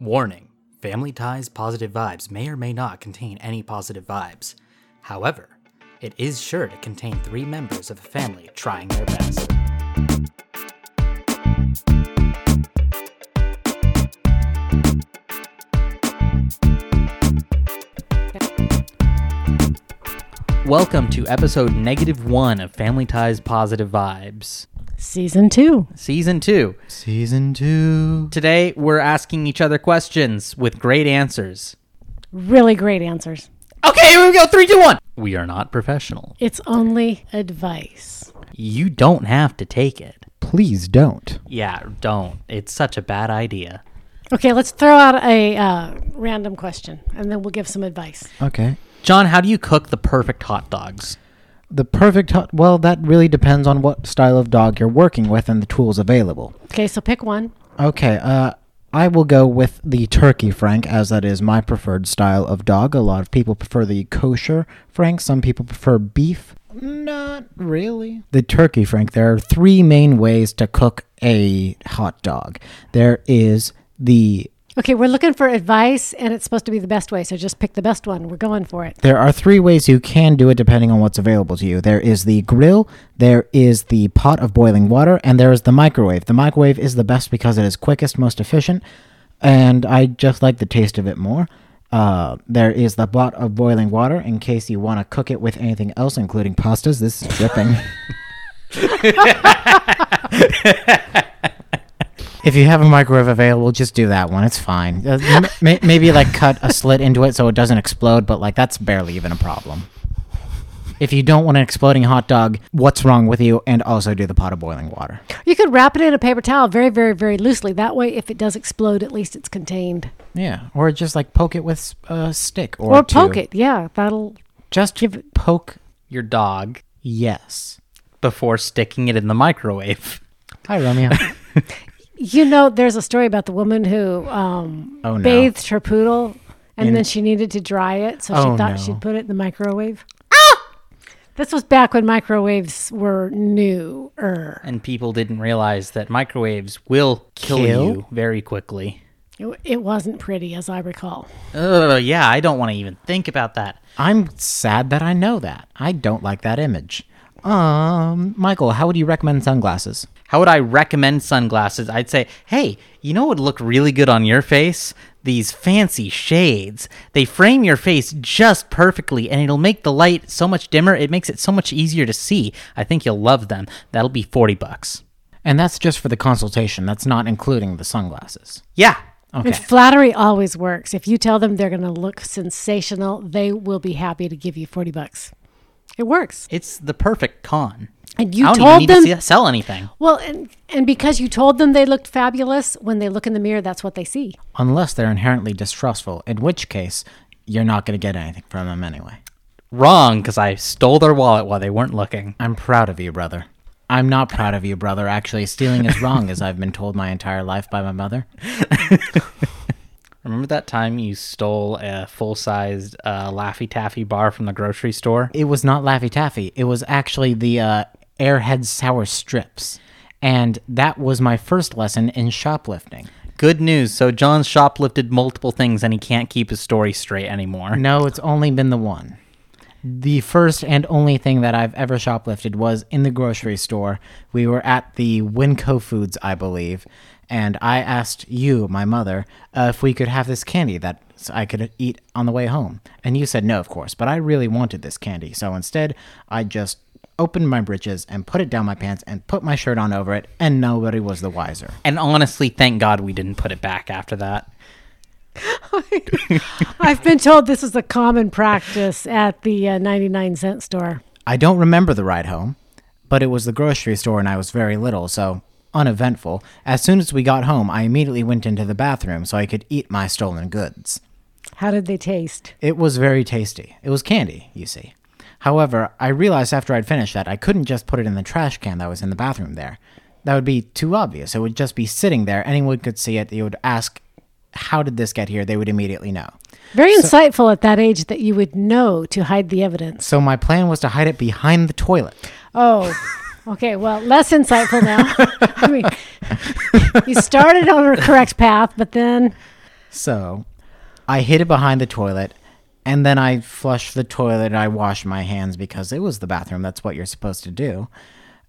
Warning Family Ties Positive Vibes may or may not contain any positive vibes. However, it is sure to contain three members of a family trying their best. Welcome to episode negative one of Family Ties Positive Vibes, Season two. season two. Season two. Today, we're asking each other questions with great answers. Really great answers. Okay, here we go. Three, two, one. We are not professional. It's only advice. You don't have to take it. Please don't. Yeah, don't. It's such a bad idea. Okay, let's throw out a uh, random question and then we'll give some advice. Okay. John, how do you cook the perfect hot dogs? The perfect hot. Well, that really depends on what style of dog you're working with and the tools available. Okay, so pick one. Okay. Uh, I will go with the turkey frank, as that is my preferred style of dog. A lot of people prefer the kosher frank. Some people prefer beef. Not really. The turkey frank. There are three main ways to cook a hot dog. There is the Okay, we're looking for advice and it's supposed to be the best way, so just pick the best one. We're going for it. There are three ways you can do it depending on what's available to you. There is the grill, there is the pot of boiling water, and there is the microwave. The microwave is the best because it is quickest, most efficient, and I just like the taste of it more. Uh, there is the pot of boiling water in case you want to cook it with anything else, including pastas. This is dripping. if you have a microwave available, just do that one. It's fine. Uh, m- may- maybe like cut a slit into it so it doesn't explode, but like that's barely even a problem. If you don't want an exploding hot dog, what's wrong with you? And also do the pot of boiling water. You could wrap it in a paper towel very, very, very loosely. That way, if it does explode, at least it's contained. Yeah, or just like poke it with s- a stick or, Or, poke two. it. Yeah, that'll. Just poke. Your dog Yes. before sticking it in the microwave. Hi, Romeo. You know, there's a story about the woman who um, Oh, no. bathed her poodle and In- then she needed to dry it, so Oh, she thought no. she'd put it in the microwave. Ah! This was back when microwaves were newer. And people didn't realize that microwaves will kill, Kill? you very quickly. It, it wasn't pretty, as I recall. Ugh, yeah, I don't want to even think about that. I'm sad that I know that. I don't like that image. Um, Michael, how would you recommend sunglasses? How would I recommend sunglasses? I'd say, hey, you know what would look really good on your face? These fancy shades. They frame your face just perfectly, and it'll make the light so much dimmer. It makes it so much easier to see. I think you'll love them. That'll be 40 bucks. And that's just for the consultation. That's not including the sunglasses. Yeah. And flattery always works. If you tell them they're going to look sensational, they will be happy to give you 40 bucks. It works. It's the perfect con. And you I don't told even need them to se- sell anything. Well, and, and because you told them they looked fabulous, when they look in the mirror, that's what they see. Unless they're inherently distrustful, in which case, you're not going to get anything from them anyway. Wrong, because I stole their wallet while they weren't looking. I'm proud of you, brother. I'm not proud of you, brother. Actually, stealing is wrong, as I've been told my entire life by my mother. Remember that time you stole a full sized uh, Laffy Taffy bar from the grocery store? It was not Laffy Taffy. It was actually the uh, Airhead Sour Strips. And that was my first lesson in shoplifting. Good news. So John shoplifted multiple things and he can't keep his story straight anymore. No, it's only been the one. The first and only thing that I've ever shoplifted was in the grocery store. We were at the Winco Foods, I believe, and I asked you, my mother, uh, if we could have this candy that I could eat on the way home. And you said no, of course, but I really wanted this candy. So instead, I just opened my britches and put it down my pants and put my shirt on over it, and nobody was the wiser. And honestly, thank God we didn't put it back after that. I've been told this is a common practice at the uh, 99 cent store. I don't remember the ride home, but it was the grocery store and I was very little, so uneventful. As soon as we got home, I immediately went into the bathroom so I could eat my stolen goods. How did they taste? It was very tasty. It was candy, you see. However, I realized after I'd finished that I couldn't just put it in the trash can that was in the bathroom there. That would be too obvious. It would just be sitting there. Anyone could see it. They would ask, How did this get here? They would immediately know. Very insightful at that age that you would know to hide the evidence. So my plan was to hide it behind the toilet. Oh, okay. Well, less insightful now. I mean, you started on the correct path, but then So I hid it behind the toilet and then I flushed the toilet and I washed my hands because it was the bathroom. That's what you're supposed to do.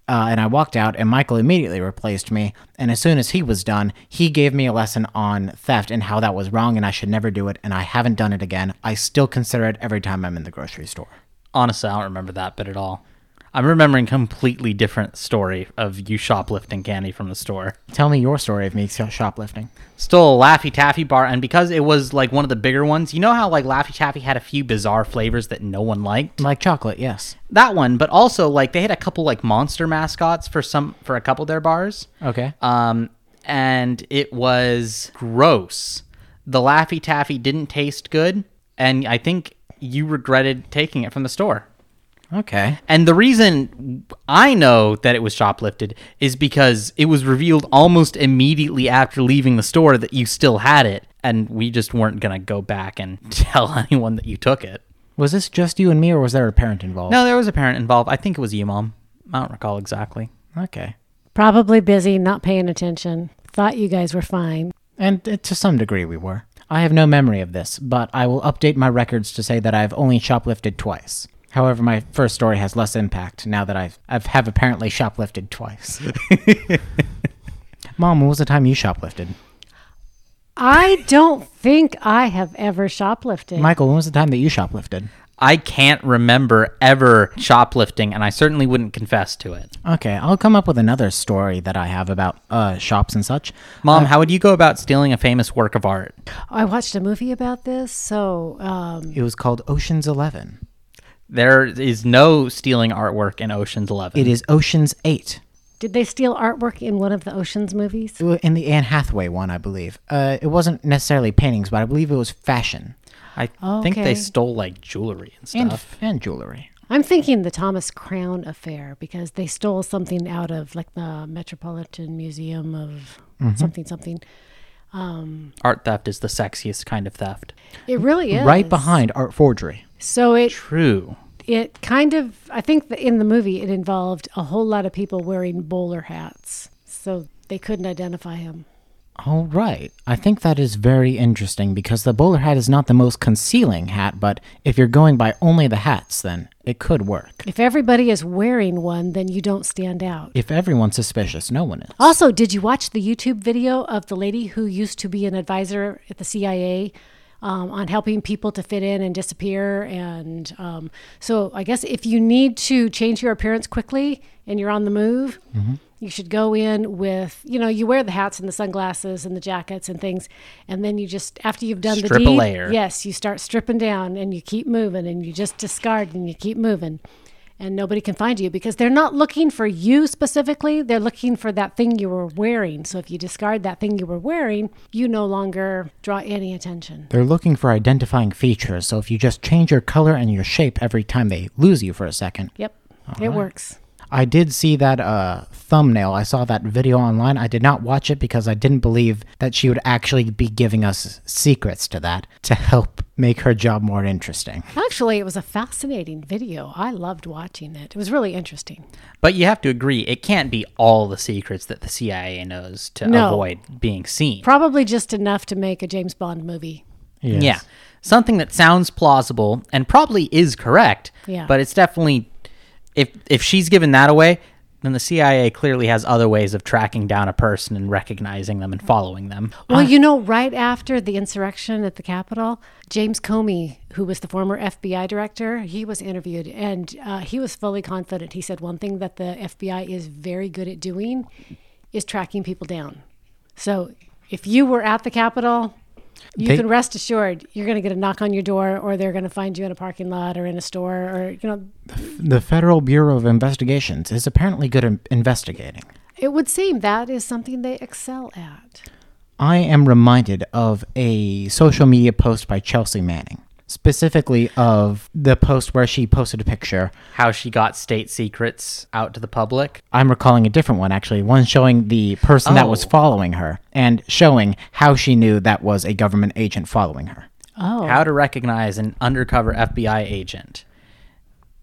Uh, and I walked out, and Michael immediately replaced me. And as soon as he was done, he gave me a lesson on theft and how that was wrong, and I should never do it. And I haven't done it again. I still consider it every time I'm in the grocery store. Honestly, I don't remember that bit at all. I'm remembering completely different story of you shoplifting candy from the store. Tell me your story of me shoplifting. Stole a Laffy Taffy bar, and because it was like one of the bigger ones, you know how like Laffy Taffy had a few bizarre flavors that no one liked. Like chocolate, yes. That one, but also like they had a couple like monster mascots for some for a couple of their bars. Okay. um, and it was gross. The Laffy Taffy didn't taste good, and I think you regretted taking it from the store. okay. And the reason I know that it was shoplifted is because it was revealed almost immediately after leaving the store that you still had it, and we just weren't gonna go back and tell anyone that you took it. Was this just you and me, or was there a parent involved? No, there was a parent involved. I think it was you, mom. I don't recall exactly. Okay. Probably busy, not paying attention. Thought you guys were fine. And uh, to some degree, we were. I have no memory of this, but I will update my records to say that I've only shoplifted twice. However, my first story has less impact now that I've, I've have apparently shoplifted twice. Mom, when was the time you shoplifted? I don't think I have ever shoplifted. Michael, when was the time that you shoplifted? I can't remember ever shoplifting, and I certainly wouldn't confess to it. Okay, I'll come up with another story that I have about uh, shops and such. Mom, how would you go about stealing a famous work of art? I watched a movie about this, so um, It was called Ocean's Eleven. There is no stealing artwork in Ocean's Eleven. It is Ocean's Eight. did they steal artwork in one of the Ocean's movies? In the Anne Hathaway one, I believe. Uh, it wasn't necessarily paintings, but I believe it was fashion I think Okay. they stole like jewelry and and, stuff. and jewelry. I'm thinking the Thomas Crown affair because they stole something out of like the Metropolitan Museum of Mm-hmm. something something. Art theft is the sexiest kind of theft. It really is Right behind art forgery. So it True. it kind of I think that in the movie it involved a whole lot of people wearing bowler hats, so they couldn't identify him. All right. I think that is very interesting because the bowler hat is not the most concealing hat, but if you're going by only the hats, then it could work. If everybody is wearing one, then you don't stand out. If everyone's suspicious, no one is. Also, did you watch the YouTube video of the lady who used to be an advisor at the CIA um, on helping people to fit in and disappear? And um, so, I guess if you need to change your appearance quickly and you're on the move, you should go in with, you know, you wear the hats and the sunglasses and the jackets and things, and then you just after you've done Strip a the deed, layer. yes, you start stripping down and you keep moving and you just discard and you keep moving and nobody can find you because they're not looking for you specifically. They're looking for that thing you were wearing. So if you discard that thing you were wearing, you no longer draw any attention. They're looking for identifying features, so if you just change your color and your shape every time they lose you for a second. Yep, it works. I did see that uh, thumbnail. I saw that video online. I did not watch it because I didn't believe that she would actually be giving us secrets to that to help make her job more interesting. Actually, it was a fascinating video. I loved watching it. It was really interesting. But you have to agree, it can't be all the secrets that the CIA knows to No. avoid being seen. Probably just enough to make a James Bond movie. Yes. Yeah. Something that sounds plausible and probably is correct. Yeah. But it's definitely if if she's given that away, then the CIA clearly has other ways of tracking down a person and recognizing them and following them. Well, you know, right after the insurrection at the Capitol, James Comey, who was the former FBI director, he was interviewed and uh, he was fully confident. He said one thing that the FBI is very good at doing is tracking people down. So if you were at the Capitol, you They- can rest assured you're going to get a knock on your door or they're going to find you in a parking lot or in a store or, you know, The Federal Bureau of Investigations is apparently good at investigating. it would seem that is something they excel at. I am reminded of a social media post by Chelsea Manning, specifically of the post where she posted a picture. How she got state secrets out to the public. I'm recalling a different one, actually, one showing the person that was Oh. following her and showing how she knew that was a government agent following her. Oh. How to recognize an undercover FBI agent.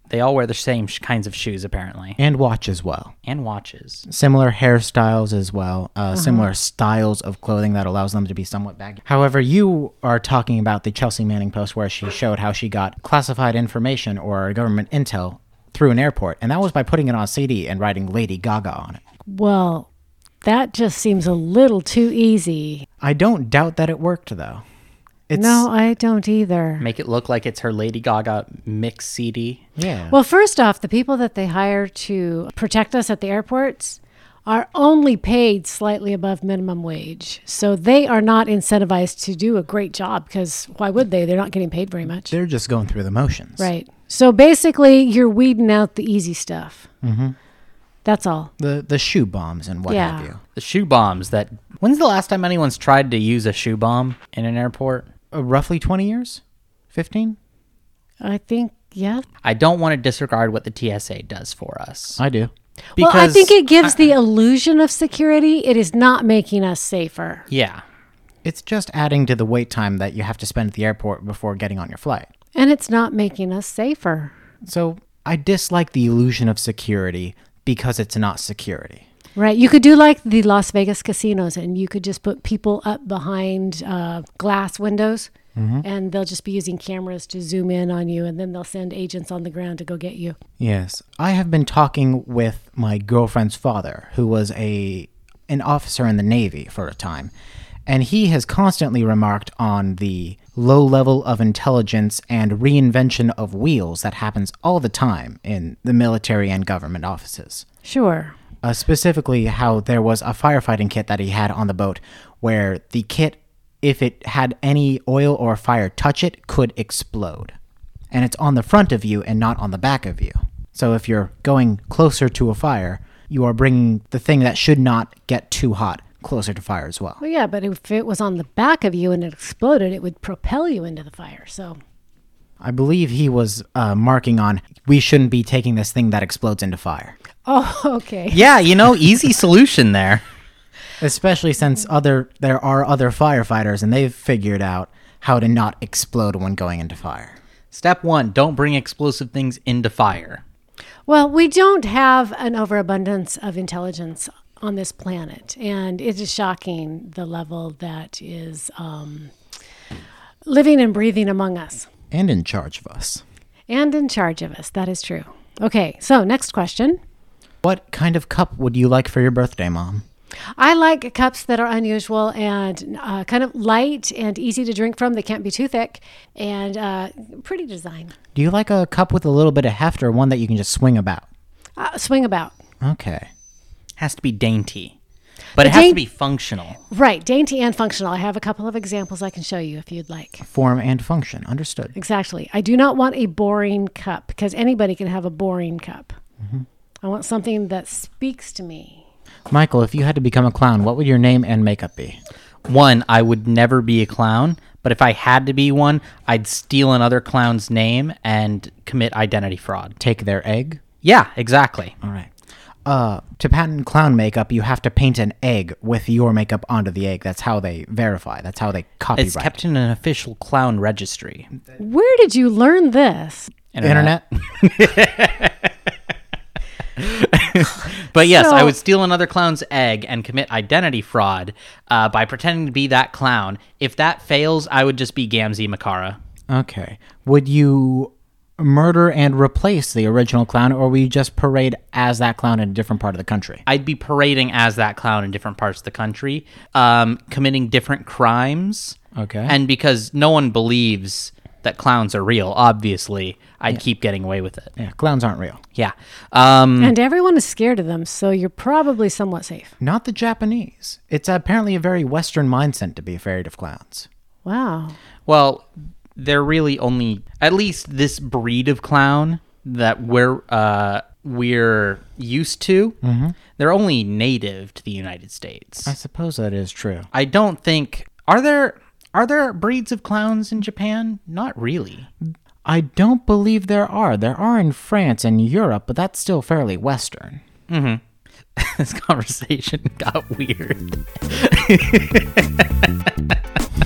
They all wear the same sh- kinds of shoes apparently, and watch as well. and watches. Similar hairstyles as well, uh, Uh-huh. similar styles of clothing that allows them to be somewhat baggy. However, you are talking about the Chelsea Manning post where she showed how she got classified information or government intel through an airport, and that was by putting it on CD and writing Lady Gaga on it. Well, that just seems a little too easy. I don't doubt that it worked though. It's No, I don't either. Make it look like it's her Lady Gaga mix CD. yeah. Well, first off, the people that they hire to protect us at the airports are only paid slightly above minimum wage. So they are not incentivized to do a great job because why would they? They're not getting paid very much. they're just going through the motions. Right. So basically, you're weeding out the easy stuff. Mm-hmm. That's all. The the shoe bombs and what Yeah. have you. The shoe bombs that. When's the last time anyone's tried to use a shoe bomb in an airport? Uh, roughly 20 years? 15? I think, yeah. I don't want to disregard what the TSA does for us. I do. well, I think it gives the illusion of security. It is not making us safer. Yeah. It's just adding to the wait time that you have to spend at the airport before getting on your flight. And it's not making us safer. So I dislike the illusion of security because it's not security. Right. You could do like the Las Vegas casinos and you could just put people up behind uh, glass windows and they'll just be using cameras to zoom in on you and then they'll send agents on the ground to go get you. Yes. I have been talking with my girlfriend's father, who was a an officer in the Navy for a time, and he has constantly remarked on the low level of intelligence and reinvention of wheels that happens all the time in the military and government offices. Sure. uh, specifically how there was a firefighting kit that he had on the boat where the kit if it had any oil or fire touch it could explode and it's on the front of you and not on the back of you so if you're going closer to a fire you are bringing the thing that should not get too hot closer to fire as well Well, yeah, but if it was on the back of you and it exploded, it would propel you into the fire. So, i believe he was uh, marking on we shouldn't be taking this thing that explodes into fire oh, okay. Yeah, you know, easy solution there. especially since other there are other firefighters and they've figured out how to not explode when going into fire Step one don't bring explosive things into fire. Well, we don't have an overabundance of intelligence on this planet, and it is shocking the level that is um, living and breathing among us and in charge of us. and in charge of us. That is true. Okay, so next question. What kind of cup would you like for your birthday, Mom? I like cups that are unusual and uh, kind of light and easy to drink from. They can't be too thick and uh, pretty design. Do you like a cup with a little bit of heft or one that you can just swing about? Uh, swing about. Okay. Has to be dainty, but it The has to daint- be functional. Right, dainty and functional. I have a couple of examples I can show you if you'd like. Form and function. Understood. Exactly. I do not want a boring cup because anybody can have a boring cup. I want something that speaks to me. Michael, if you had to become a clown, what would your name and makeup be? One, I would never be a clown, but if I had to be one, I'd steal another clown's name and commit identity fraud. Take their egg? Yeah, exactly. All right. Uh, to patent clown makeup, you have to paint an egg with your makeup onto the egg. That's how they verify. That's how they copyright. It's kept in an official clown registry. Where did you learn this? Internet. But yes, I So- would steal another clown's egg and commit identity fraud uh, by pretending to be that clown. If that fails, I would just be Gamzee Makara. Okay. Would you murder and replace the original clown, or will you just parade as that clown in a different part of the country? I'd be parading as that clown in different parts of the country, um, committing different crimes. Okay. And because no one believes that clowns are real, obviously, I'd keep getting away with it. Yeah, clowns aren't real. Yeah. Um, And everyone is scared of them, so you're probably somewhat safe. Not the Japanese. It's apparently a very Western mindset to be afraid of clowns. Wow. well, they're really only, at least this breed of clown that we're uh, we're used to. They're only native to the United States. Mm-hmm. I suppose that is true. I don't think are there are there breeds of clowns in Japan? Not really. I don't believe there are. There are in France and Europe, but that's still fairly Western. this conversation got weird.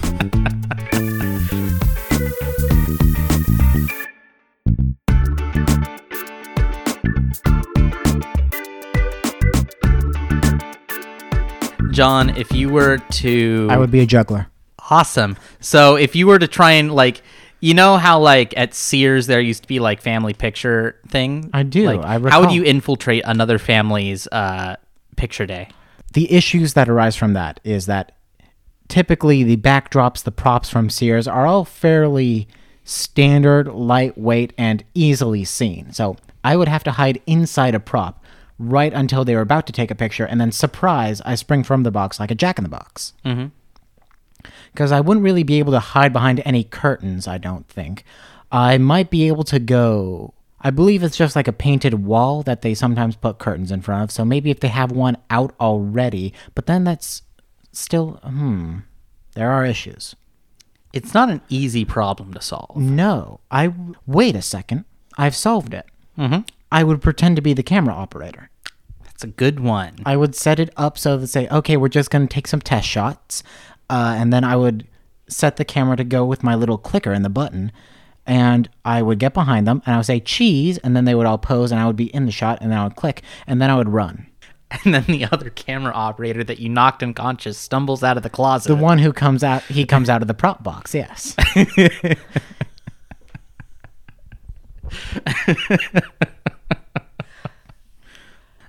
John, if you were to I would be a juggler. Awesome. So if you were to try and like, you know how like at Sears there used to be like family picture thing. I do. Like, I how would recall. you infiltrate another family's uh, picture day? the issues that arise from that is that typically the backdrops, the props from Sears are all fairly standard, lightweight, and easily seen. So I would have to hide inside a prop right until they were about to take a picture, and then surprise, I spring from the box like a jack in the box. Because I wouldn't really be able to hide behind any curtains, I don't think. I might be able to go. I believe it's just like a painted wall that they sometimes put curtains in front of. So maybe if they have one out already, but then that's still, hmm, there are issues. It's not an easy problem to solve. No, I wait a second. I've solved it. Mm-hmm. I would pretend to be the camera operator. That's a good one. I would set it up so that say, okay, we're just going to take some test shots, uh, and then I would set the camera to go with my little clicker and the button, and I would get behind them and I would say cheese, and then they would all pose, and I would be in the shot, and then I would click, and then I would run. And then the other camera operator that you knocked unconscious stumbles out of the closet. The one who comes out, he comes out of the prop box. Yes.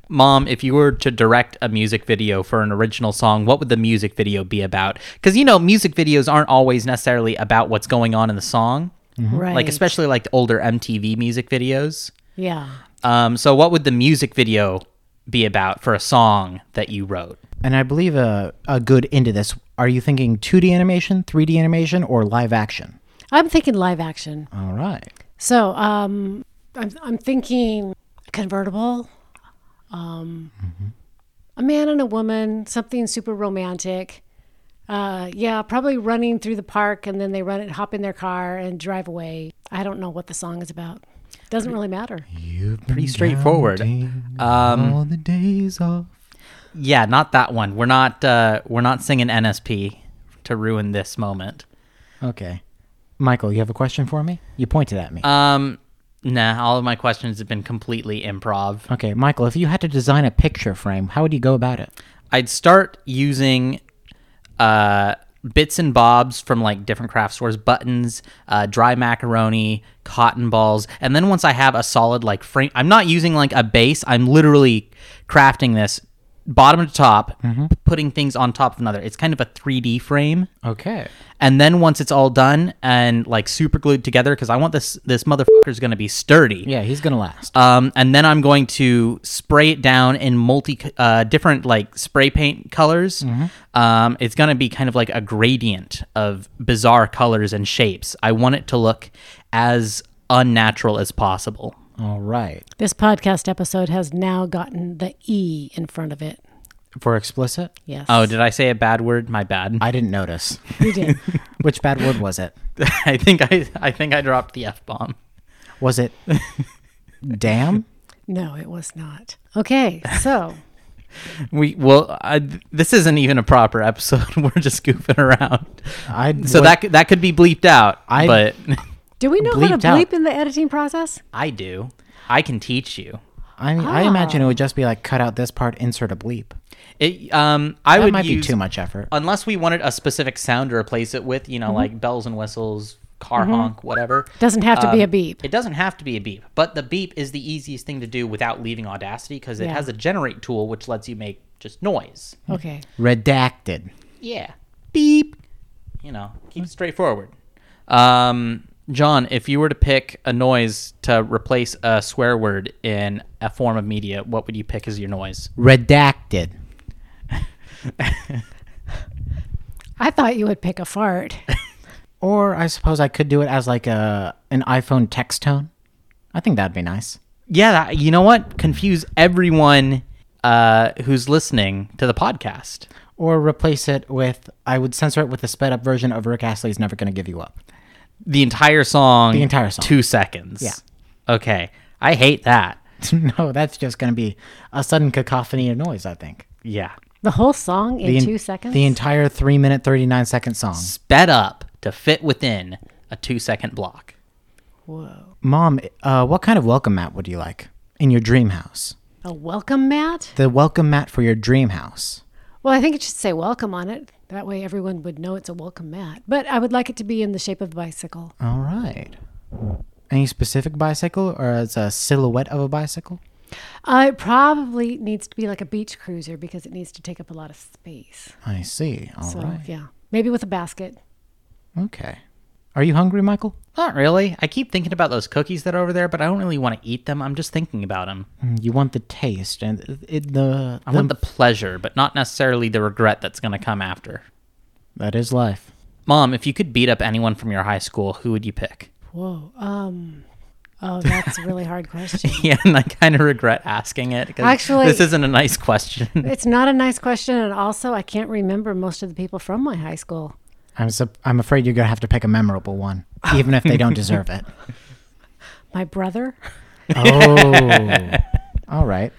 Mom, if you were to direct a music video for an original song, what would the music video be about? Because, you know, music videos aren't always necessarily about what's going on in the song, Right. like, especially like the older MTV music videos. Yeah. Um, so, what would the music video be about for a song that you wrote? and I believe a a good into this. Are you thinking 2D animation, 3D animation, or live action? I'm thinking live action. All right. So um, I'm, I'm thinking convertible, um, Mm-hmm. a man and a woman, something super romantic. Uh, yeah, probably running through the park and then they run and hop in their car and drive away. I don't know what the song is about. Doesn't really matter. Pretty straightforward. Um, all the days off. Yeah, not that one. We're not uh, we're not singing NSP to ruin this moment. Okay. Michael, you have a question for me? You pointed at me. Um, nah, all of my questions have been completely improv. okay, Michael, if you had to design a picture frame, how would you go about it? I'd start using uh, bits and bobs from like different craft stores, buttons, uh, dry macaroni, cotton balls, and then once I have a solid like frame, I'm not using like a base. I'm literally crafting this bottom to top, p- putting things on top of another. It's kind of a 3D frame. Okay. And then once it's all done and like super glued together, because I want this this motherfucker is gonna be sturdy. Yeah, he's going to last. Um, and then I'm going to spray it down in multi uh, different like spray paint colors. Um, it's going to be kind of like a gradient of bizarre colors and shapes. I want it to look as unnatural as possible. all right. This podcast episode has now gotten the E in front of it. For explicit? Yes. Oh, did I say a bad word? My bad. I, I didn't notice. you did. Which bad word was it? think I I think I dropped the f bomb. Was it damn? No, it was not. Okay, so We well, I, this isn't even a proper episode. We're just goofing around. I So that that c- that could be bleeped out. I- but do we know how Bleeped to out. bleep in the editing process? I do. I can teach you. I mean, Ah. I imagine it would just be like cut out this part, insert a bleep. It um I That would might use, be too much effort. unless we wanted a specific sound to replace it with, you know, like bells and whistles, car honk, whatever. Mm-hmm. Doesn't have to be Um, a beep. It doesn't have to be a beep, but the beep is the easiest thing to do without leaving Audacity because it Yeah. has a generate tool which lets you make just noise. Okay. Redacted. Yeah, beep. You know, Mm-hmm. keep it straightforward. Um, John, if you were to pick a noise to replace a swear word in a form of media, what would you pick as your noise? Redacted. I thought you would pick a fart. Or I suppose I could do it as like a an iPhone text tone. I think that'd be nice. yeah that, you know what confuse everyone uh, who's listening to the podcast or replace it with I would censor it with the sped up version of Rick Astley's "Never Gonna Give You Up." the entire song The entire song. two seconds Yeah. okay i hate that no, that's just gonna be a sudden cacophony of noise. I think yeah The whole song in the en- two seconds? the entire three minute thirty nine second song. sped up to fit within a two second block Whoa. Mom, uh, what kind of welcome mat would you like in your dream house? A welcome mat? The welcome mat for your dream house. Well, I think it should say welcome on it. That way everyone would know it's a welcome mat. But I would like it to be in the shape of a bicycle. All right. Any specific bicycle or as a silhouette of a bicycle? Uh, it probably needs to be like a beach cruiser because it needs to take up a lot of space. I see. All right. so, yeah. Maybe with a basket. Okay. Are you hungry, Michael? Not really. I keep thinking about those cookies that are over there, but I don't really want to eat them. I'm just thinking about them. Mm, You want the taste and it, the, I want the pleasure, but not necessarily the regret that's going to come after. That is life. Mom, if you could beat up anyone from your high school, who would you pick? Whoa. Um, oh, that's a really hard question. Yeah, and I kind of regret asking it because Actually- this isn't a nice question. It's not a nice question. And also, I can't remember most of the people from my high school. I'm sup- I'm afraid you're gonna have to pick a memorable one, even if they don't deserve it. My brother? Oh, all right.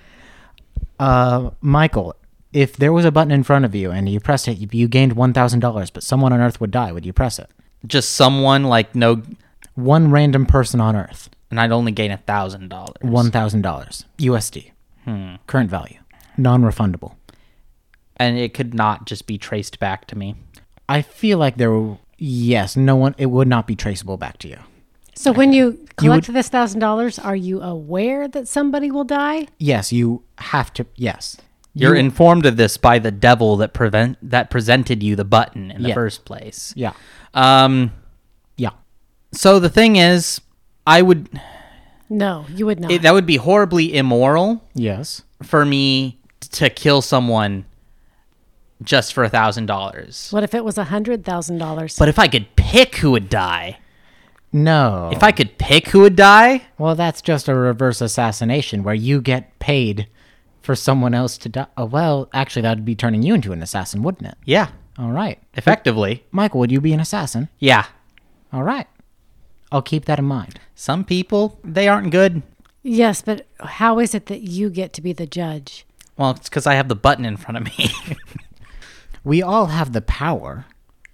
Uh, Michael, if there was a button in front of you and you pressed it, you, you gained one thousand dollars, but someone on Earth would die. Would you press it? just someone like no, One random person on Earth, and I'd only gain a thousand dollars. one thousand dollars USD, current value, non-refundable. and it could not just be traced back to me. I feel like there. Were, yes, no one. It would not be traceable back to you. So when you collect this thousand dollars, are you aware that somebody will die? Yes, you have to. Yes, You're You- informed of this by the devil that prevent that presented you the button in the Yeah. first place. Yeah. Um. Yeah. So the thing is, I would No, you would not. it, that would be horribly immoral Yes. for me to kill someone just for a thousand dollars. what if it was a hundred thousand dollars? But if I could pick who would die, No. if I could pick who would die, Well, that's just a reverse assassination where you get paid for someone else to die. Oh, well, actually, that'd be turning you into an assassin, wouldn't it? yeah, All right. effectively, Michael, would you be an assassin? yeah. All right. I'll keep that in mind. Some people they aren't good. Yes, but how is it that you get to be the judge? Well, it's because I have the button in front of me. We all have the power.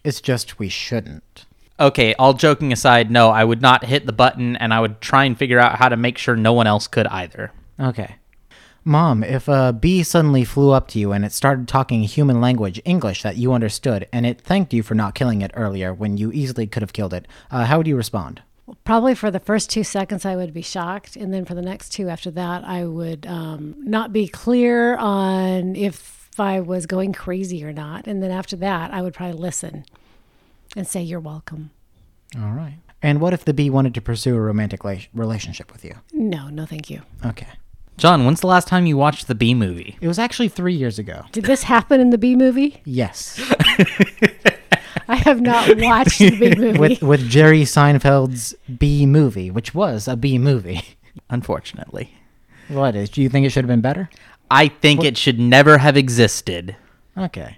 It's just we shouldn't. okay, all joking aside, no, I would not hit the button and I would try and figure out how to make sure no one else could either. Okay. Mom, if a bee suddenly flew up to you and it started talking human language, English, that you understood, and it thanked you for not killing it earlier when you easily could have killed it, uh, how would you respond? Probably for the first two seconds, I would be shocked, and then for the next two after that, I would um, not be clear on if I was going crazy or not. And then after that, I would probably listen and say, "You're welcome." All right. And what if the bee wanted to pursue a romantic la- relationship with you? No, no, thank you. Okay. John, when's the last time you watched the B movie? It was actually three years ago. Did this happen in the B movie? Yes. I have not watched the B movie. with with Jerry Seinfeld's B movie, which was a B movie. Unfortunately. What is? Do you think it should have been better? I think it should never have existed. Okay.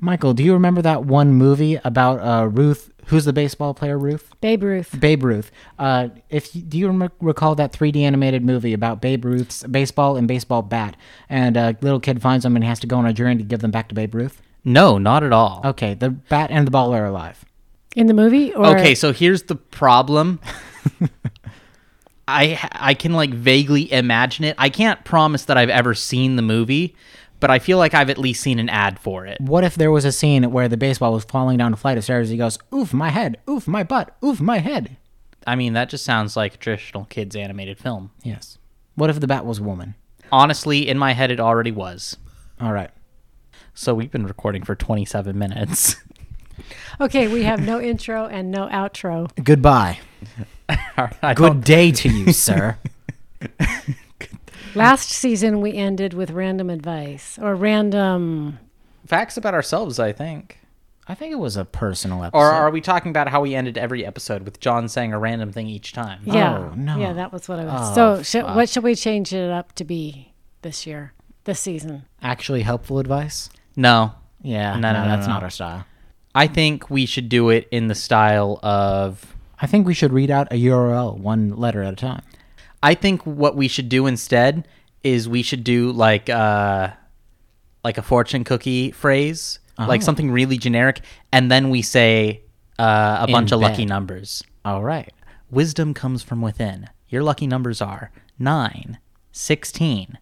Michael, do you remember that one movie about uh, Ruth? Who's the baseball player? Ruth. Babe Ruth. Babe Ruth. Uh, if you, do you rem- recall that 3D animated movie about Babe Ruth's baseball and baseball bat, and a little kid finds them and he has to go on a journey to give them back to Babe Ruth? No, not at all. Okay, the bat and the ball are alive. In the movie? Or Okay, so here's the problem. I I can like vaguely imagine it. I can't promise that I've ever seen the movie, but I feel like I've at least seen an ad for it. What if there was a scene where the baseball was falling down a flight of stairs? He goes, "Oof, my head! Oof, my butt! Oof, my head!" I mean, that just sounds like a traditional kids animated film. Yes. What if the bat was a woman? Honestly, in my head it already was. All right. So we've been recording for 27 minutes. Okay, we have no intro and no outro. Goodbye. All right, I Good day to you, sir. Last season, we ended with random advice or don't- random. facts about ourselves, I think. I think it was a personal episode. Or are we talking about how we ended every episode with John saying a random thing each time? Yeah. Oh, no. Yeah, that was what I was. so, Oh, sh- what should we change it up to be this year, this season? actually helpful advice? No. Yeah. No, no, no, that's no. not our style. I think we should do it in the style of. I think we should read out a URL one letter at a time. I think what we should do instead is we should do like uh, like a fortune cookie phrase, like something really generic, and then we say uh, a bunch of lucky bed. numbers. All right. Wisdom comes from within. Your lucky numbers are 9, 16,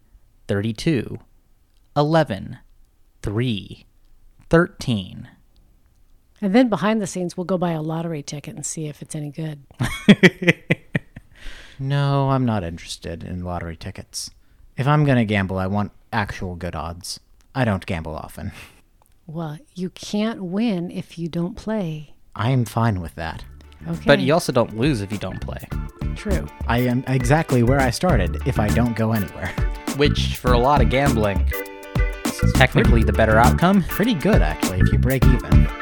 32, 11, three, 13. And then behind the scenes, we'll go buy a lottery ticket and see if it's any good. No, I'm not interested in lottery tickets. If I'm going to gamble, I want actual good odds. I don't gamble often. Well, you can't win if you don't play. I am fine with that. Okay. But you also don't lose if you don't play, True. I am exactly where I started if I don't go anywhere. which for a lot of gambling is technically the better outcome. Pretty good, actually, if you break even.